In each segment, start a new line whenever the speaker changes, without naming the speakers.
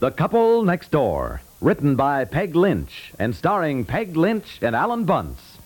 The Couple Next Door, written by Peg Lynch and starring Peg Lynch and Alan Bunce.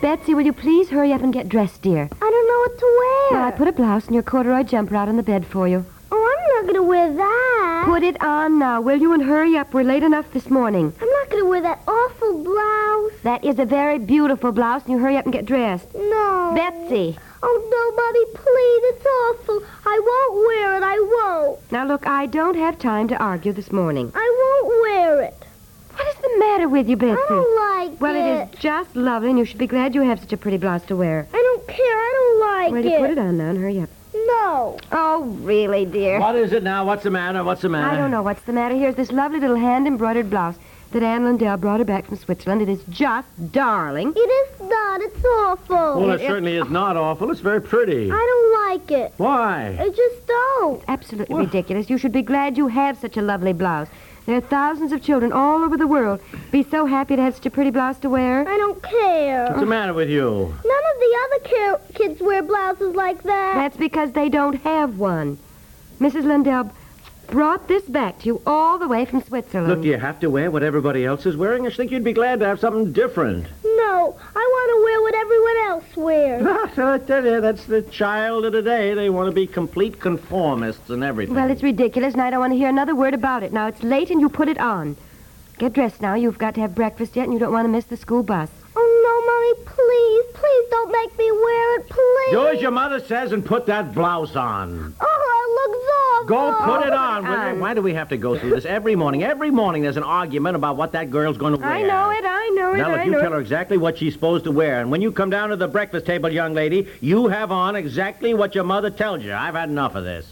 Betsy, will you please hurry up and get dressed, dear?
I don't know what to wear.
Well, I put a blouse and your corduroy jumper out on the bed for you.
Oh, I'm not going to wear that.
Put it on now, will you? And hurry up. We're late enough this morning.
I'm not going to wear that awful blouse.
That is a very beautiful blouse, and you hurry up and get dressed.
No.
Betsy.
Oh, no, Bobby, please. It's awful. I won't wear it. I won't.
Now, look, I don't have time to argue this morning.
I won't wear it.
What is the matter with you, Betsy?
I don't like
well,
it.
it is just lovely, and you should be glad you have such a pretty blouse to wear.
I don't care. I don't like
well,
it.
you put it on now and hurry up.
No.
Oh, really, dear?
What is it now? What's the matter? What's the matter?
I don't know what's the matter. Here's this lovely little hand-embroidered blouse that Anne Lindell brought her back from Switzerland. It is just darling.
It is not. It's awful.
Well, it certainly is not awful. It's very
I
pretty.
don't like it.
Why?
I just don't.
Absolutely ridiculous. You should be glad you have such a lovely blouse. There are thousands of children all over the world be so happy to have such a pretty blouse to wear.
I don't care.
What's the matter with you?
None of the other care- kids wear blouses like that.
That's because they don't have one. Mrs. Lindell brought this back to you all the way from Switzerland.
Look, you have to wear what everybody else is wearing. I should think you'd be glad to have something different.
No, I want to wear what everyone else wears.
So I tell you, that's the child of today. They want to be complete conformists and everything.
Well, it's ridiculous, and I don't want to hear another word about it. Now, it's late, and you put it on. Get dressed now. You've got to have breakfast yet, and you don't want to miss the school bus.
Oh, no, Mommy, please. Please don't make me wear it, please.
Do as your mother says and put that blouse on.
Oh, it looks
Go
awful.
put it on. will you?
on.
Why do we have to go through this every morning? Every morning there's an argument about what that girl's going to wear.
I know it, I know it,
Now,
I
look, you
know
tell
it.
her exactly what she's supposed to wear. And when you come down to the breakfast table, young lady, you have on exactly what your mother tells you. I've had enough of this.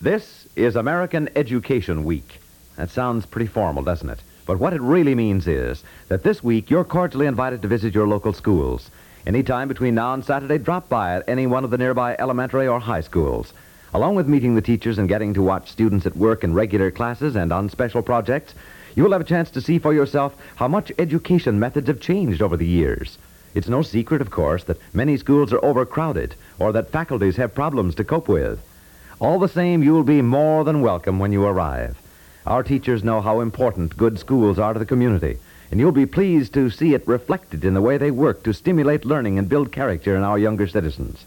This is American Education Week. That sounds pretty formal, doesn't it? But what it really means is that this week you're cordially invited to visit your local schools. Anytime between now and Saturday, drop by at any one of the nearby elementary or high schools. Along with meeting the teachers and getting to watch students at work in regular classes and on special projects, you will have a chance to see for yourself how much education methods have changed over the years. It's no secret, of course, that many schools are overcrowded or that faculties have problems to cope with. All the same, you'll be more than welcome when you arrive. Our teachers know how important good schools are to the community, and you'll be pleased to see it reflected in the way they work to stimulate learning and build character in our younger citizens.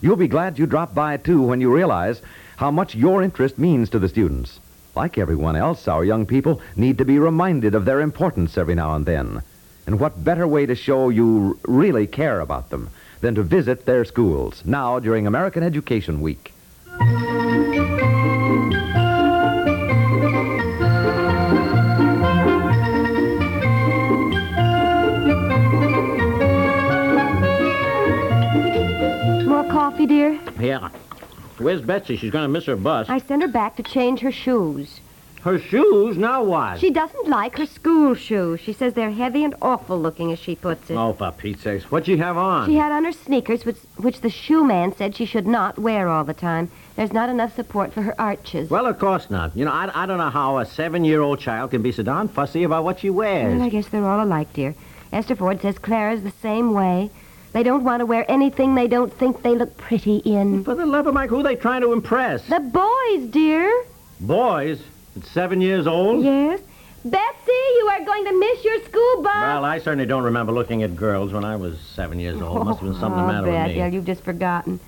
You'll be glad you dropped by, too, when you realize how much your interest means to the students. Like everyone else, our young people need to be reminded of their importance every now and then. And what better way to show you r- really care about them than to visit their schools now during American Education Week?
More coffee, dear?
Yeah. Where's Betsy? She's going to miss her bus.
I sent her back to change her shoes.
Her shoes? Now what?
She doesn't like her school shoes. She says they're heavy and awful looking, as she puts it.
Oh, for Pete's sakes. What'd she have on?
She had on her sneakers, which, which the shoe man said she should not wear all the time. There's not enough support for her arches.
Well, of course not. You know, I, I don't know how a seven-year-old child can be so darn fussy about what she wears.
Well, I guess they're all alike, dear. Esther Ford says Clara's the same way. They don't want to wear anything they don't think they look pretty in.
For the love of Mike, who are they trying to impress?
The boys, dear.
Boys? At seven years
Oh.
old?
Yes? Betsy, you are going to miss your school bus.
Well, I certainly don't remember looking at girls when I was seven years old. Must have been something
oh,
the matter
Beth,
with me.
yeah, you've just forgotten.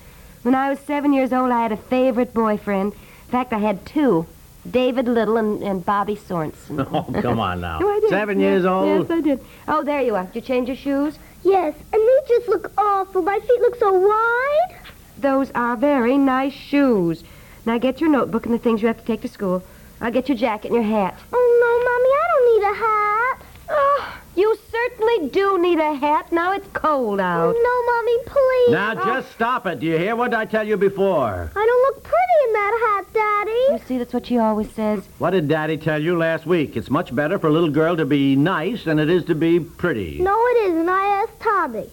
When I was seven years old, I had a favorite boyfriend. In fact, I had two. David Little and, and Bobby Sorensen.
Oh, come on now.
Oh, I did.
Seven
Yeah.
years old?
Yes, I did. Oh, there you are. Did you change your shoes?
Yes, and they just look awful. My feet look so wide.
Those are very nice shoes. Now get your notebook and the things you have to take to school. I'll get your jacket and your hat.
Oh, no, Mommy, I don't need a hat.
Oh, you certainly do need a hat. Now it's cold out.
No, Mommy, please.
Now, just stop it. Do you hear what I tell you before?
I don't look pretty in wearing that hat, Daddy.
You see, that's what she always says.
What did Daddy tell you last week? It's much better for a little girl to be nice than it is to be pretty.
No, it isn't. I asked Tommy.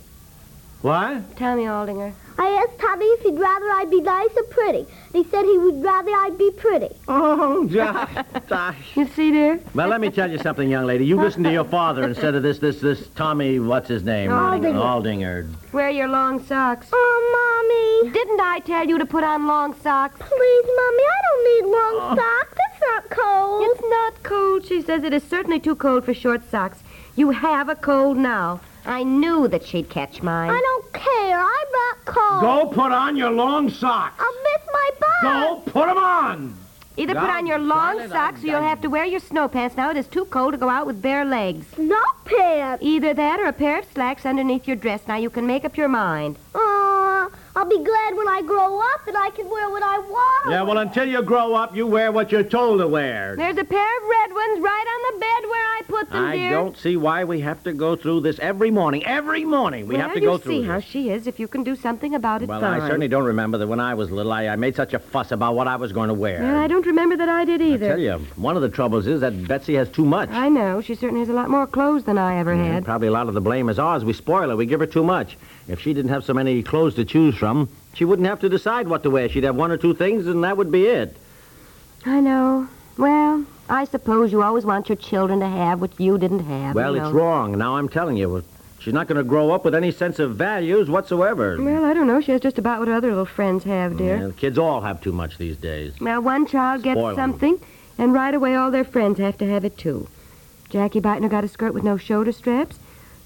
What?
Tommy Aldinger.
I asked Tommy if he'd rather I be nice or pretty. And he said he would rather I be pretty.
Oh, Josh. Josh.
You see, dear?
Well, let me tell you something, young lady. You listen to your father instead of this, this, this Tommy, what's his name?
Aldinger.
Aldinger.
Wear your long socks.
Oh, Mommy.
Didn't I tell you to put on long socks?
Please, Mommy, I don't need
Oh.
long socks. It's not cold.
It's not cold, she says. It is certainly too cold for short socks. You have a cold now. I knew that she'd catch mine.
I don't care. I'm not cold.
Go put on your long socks.
I'll miss my bus.
Go put 'em on.
Either put on your
Done,
long
done it,
socks or you'll
undone.
have to wear your snow pants. Now it is too cold to go out with bare legs.
No pants.
Either that or a pair of slacks underneath your dress. Now you can make up your mind.
Aw, I'll be glad when I grow up and I can wear what I want.
Yeah, well, until you grow up, you wear what you're told to wear.
There's a pair of red ones right on the bed where I put them,
I
dear.
don't see why we have to go through this every morning. Every morning we
well,
have to
you
go
see
through
how
this.
she is. If you can do something about it,
Well,
fine.
I certainly don't remember that when I was little, I, I made such a fuss about what I was going to wear.
Well, I don't remember that I did
I
either.
tell you, one of the troubles is that Betsy has too much.
I know. She certainly has a lot more clothes than I ever
And
had.
probably a lot of the blame is ours. We spoil her. We give her too much. If she didn't have so many clothes to choose from, she wouldn't have to decide what to wear. She'd have one or two things, and that would be it.
I know. Well, I suppose you always want your children to have what you didn't have.
well,
you
it's
know.
wrong. Now I'm telling you, she's not going to grow up with any sense of values whatsoever.
Well, I don't know. She has just about what her other little friends have, dear.
Yeah, kids all have too much these days.
Well, one child gets
Spoil 'em.
something, and right away all their friends have to have it, too. Jackie Beitner got a skirt with no shoulder straps,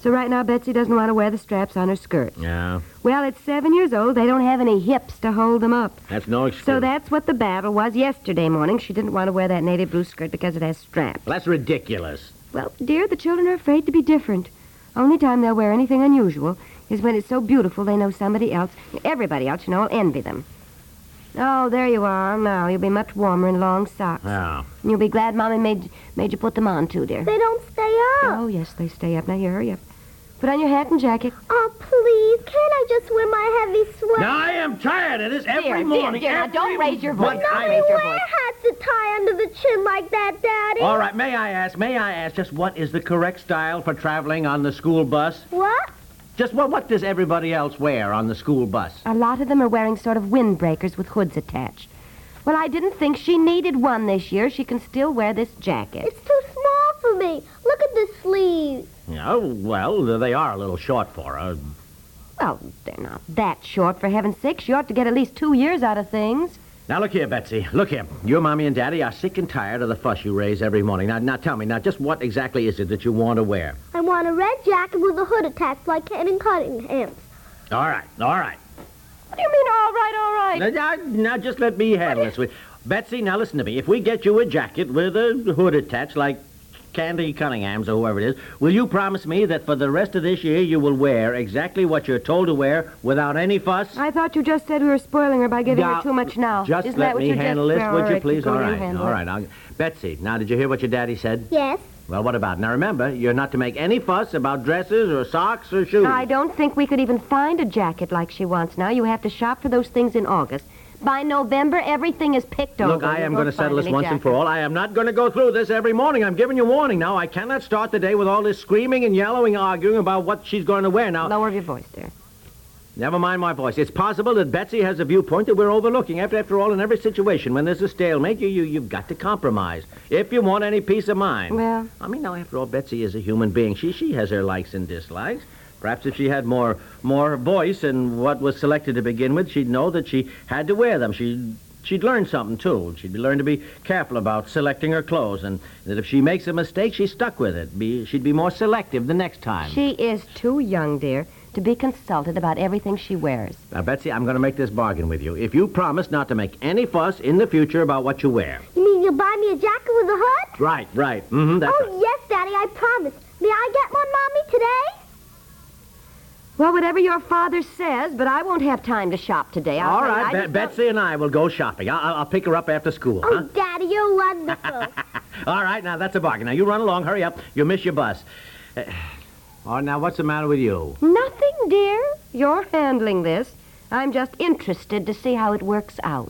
so right now Betsy doesn't want to wear the straps on her skirt.
Yeah,
Well, at seven years old, they don't have any hips to hold them up.
that's no excuse.
So that's what the battle was yesterday morning. She didn't want to wear that navy blue skirt because it has straps.
That's ridiculous.
Well, dear, the children are afraid to be different. Only time they'll wear anything unusual is when it's so beautiful they know somebody else, everybody else, you know, will envy them. Oh, there you are. Now you'll be much warmer in long socks.
Yeah.
You'll be glad Mommy made made you put them on too, dear.
They don't stay up.
Oh yes, they stay up. Now here, hurry up. Put on your hat and jacket.
Oh, please, can't I just wear my heavy sweater?
Now I am tired of this every
Dear, dear,
morning.
dear, now
every-
don't raise your voice.
But
Don't
I-
They
raise your
wear hats that tie under the chin like that, Daddy.
All right, may I ask, may I ask just what is the correct style for traveling on the school bus?
What?
Just what what does everybody else wear on the school bus?
A lot of them are wearing sort of windbreakers with hoods attached. Well, I didn't think she needed one this year. She can still wear this jacket.
It's too small for me. Look at the sleeves.
Oh, well, they are a little short for uh, her.
Well, they're not that short, for heaven's sake. She ought to get at least two years out of things.
Now look here, Betsy. Look here. Your mommy and daddy are sick and tired of the fuss you raise every morning. Now now tell me, now just what exactly is it that you want to wear?
I want a red jacket with a hood attached like Canon Cunningham's.
All right, all right.
What do you mean, all right, all right?
Now, now, now just let me handle this with Betsy, now listen to me. If we get you a jacket with a hood attached like Candy Cunningham's or whoever it is, will you promise me that for the rest of this year you will wear exactly what you're told to wear without any fuss?
I thought you just said we were spoiling her by giving
Now,
her too much now.
Just
Isn't
let
that what
me
you
handle
just...
this,
Well,
would you
right,
please?
go
All
ahead and
right,
handle
all
it.
right. I'll... Betsy, now did you hear what your daddy said?
Yes.
Well, what about? Now remember, you're not to make any fuss about dresses or socks or shoes.
I don't think we could even find a jacket like she wants now. You have to shop for those things in August. By November, everything is picked over.
Look, I
You
am
won't
going to settle
find
this
any
once and for all. I am not going to go through this every morning. I'm giving you warning now. I cannot start the day with all this screaming and yelling, arguing about what she's going to wear. Now,
jacket. Lower your voice there.
never mind my voice. It's possible that Betsy has a viewpoint that we're overlooking. After, after all, in every situation, when there's a stalemate, you, you, you've got to compromise if you want any peace of mind.
Well,
I mean, now, after all, Betsy is a human being. She she has her likes and dislikes. Perhaps if she had more more voice in what was selected to begin with, she'd know that she had to wear them. She she'd learn something too. She'd learn to be careful about selecting her clothes, and that if she makes a mistake, she's stuck with it. Be she'd be more selective the next time.
she is too young, dear, to be consulted about everything she wears.
Now, Betsy, I'm going to make this bargain with you. If you promise not to make any fuss in the future about what you wear.
You mean you'll buy me a jacket with a hood?
Right, right. Mm-hmm. That's
oh,
right.
yes, Daddy, I promise. May I get one, Mommy, today?
Well, whatever your father says, but I won't have time to shop today. I'll
All
tell you,
right,
I
Be-
just don't-
Betsy and I will go shopping. I- I'll, I'll pick her up after school. huh?
Oh, Daddy, you're wonderful.
All right, now that's a bargain. Now you run along, hurry up. You'll miss your bus. Uh, all right, now what's the matter with you?
Nothing, dear. You're handling this. I'm just interested to see how it works out.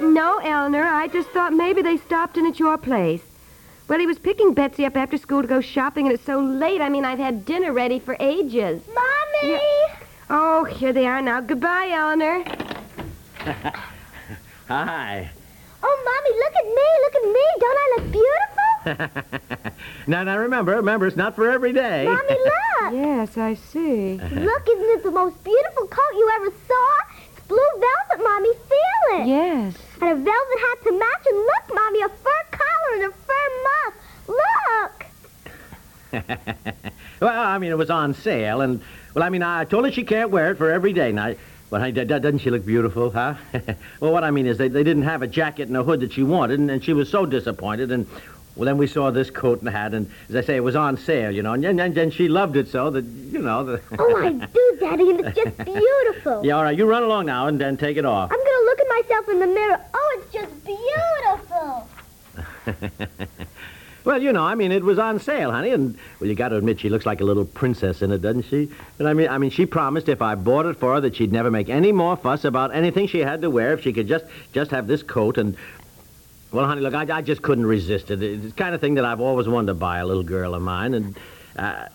No, Eleanor, I just thought maybe they stopped in at your place. Well, he was picking Betsy up after school to go shopping, and it's so late. I mean, I've had dinner ready for ages.
Mommy!
Oh, here they are now. Goodbye, Eleanor.
Hi.
Oh, Mommy, look at me, look at me. Don't I look beautiful?
Now, now remember, remember, it's not for every day.
Mommy, look.
Yes, I see.
Look, isn't it the most beautiful coat you ever saw? It's blue velvet, Mommy. Feel it.
Yes.
And a velvet hat to match. And look, Mommy, a fur collar and a fur muff. Look.
Well, I mean, it was on sale, and well, I mean, I told her she can't wear it for every day. Now, well, I, d- d- doesn't she look beautiful, huh? well, what I mean is, they, they didn't have a jacket and a hood that she wanted, and, and she was so disappointed. And well, then we saw this coat and hat, and as I say, it was on sale, you know, and and, and she loved it so that you know. The,
Oh, I do, Daddy, and it's just beautiful.
yeah, all right, you run along now and then take it off.
I'm gonna look at myself in the mirror. Oh, it's just beautiful.
Well, you know, I mean, it was on sale, honey, and well, you got to admit she looks like a little princess in it, doesn't she? And I mean, I mean, she promised if I bought it for her that she'd never make any more fuss about anything she had to wear if she could just just have this coat and. Well, honey, look, I, I just couldn't resist it. It's the kind of thing that I've always wanted to buy a little girl of mine, and. Uh,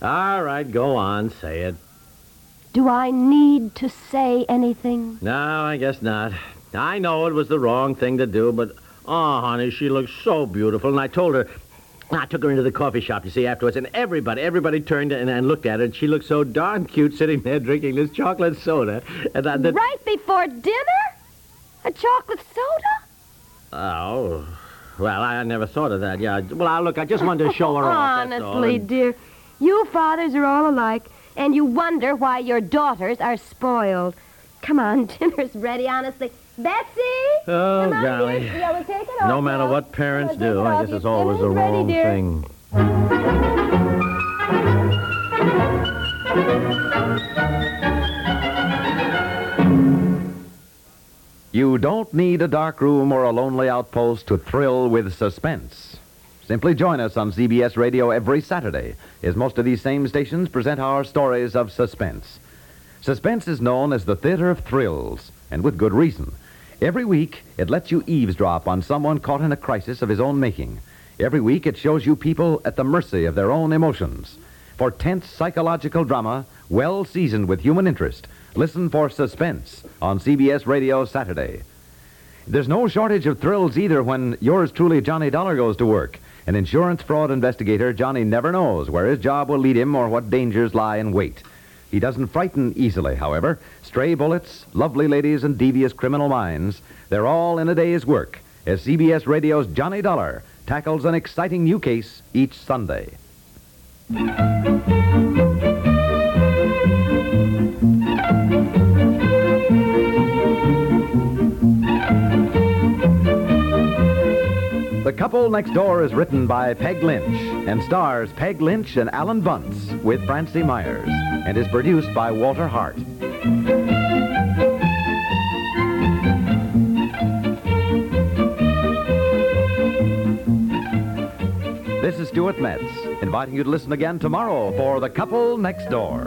all right, go on, say it.
Do I need to say anything?
No, I guess not. I know it was the wrong thing to do, but oh, honey, she looks so beautiful. And I told her, I took her into the coffee shop, you see, afterwards, and everybody, everybody turned and, and looked at her, and she looked so darn cute sitting there drinking this chocolate soda. And I, that,
Right before dinner? A chocolate soda?
Oh, well, I never thought of that. Yeah, well, I, look, I just wanted to show her off. Oh, that's all,
Honestly,
and-
dear, you fathers are all alike, and you wonder why your daughters are spoiled. Come on, dinner's ready, honestly. Betsy!
Oh,
Come on,
golly.
dear. Yeah, we'll take it
No
off
matter
now.
what parents
We'll take
do,
it
I
off.
guess
Your
it's always the
dinner's ready,
wrong
dear.
thing.
You don't need a dark room or a lonely outpost to thrill with suspense. Simply join us on CBS Radio every Saturday, as most of these same stations present our stories of suspense. Suspense is known as the theater of thrills, and with good reason. Every week, it lets you eavesdrop on someone caught in a crisis of his own making. Every week, it shows you people at the mercy of their own emotions. For tense psychological drama, well seasoned with human interest, listen for Suspense on CBS Radio Saturday. There's no shortage of thrills either when yours truly, Johnny Dollar, goes to work. An insurance fraud investigator, Johnny never knows where his job will lead him or what dangers lie in wait. He doesn't frighten easily, however. Stray bullets, lovely ladies, and devious criminal minds, they're all in a day's work as CBS Radio's Johnny Dollar tackles an exciting new case each Sunday. The Couple Next Door is written by Peg Lynch and stars Peg Lynch and Alan Bunce with Francie Myers and is produced by Walter Hart. This is Stuart Metz, inviting you to listen again tomorrow for The Couple Next Door.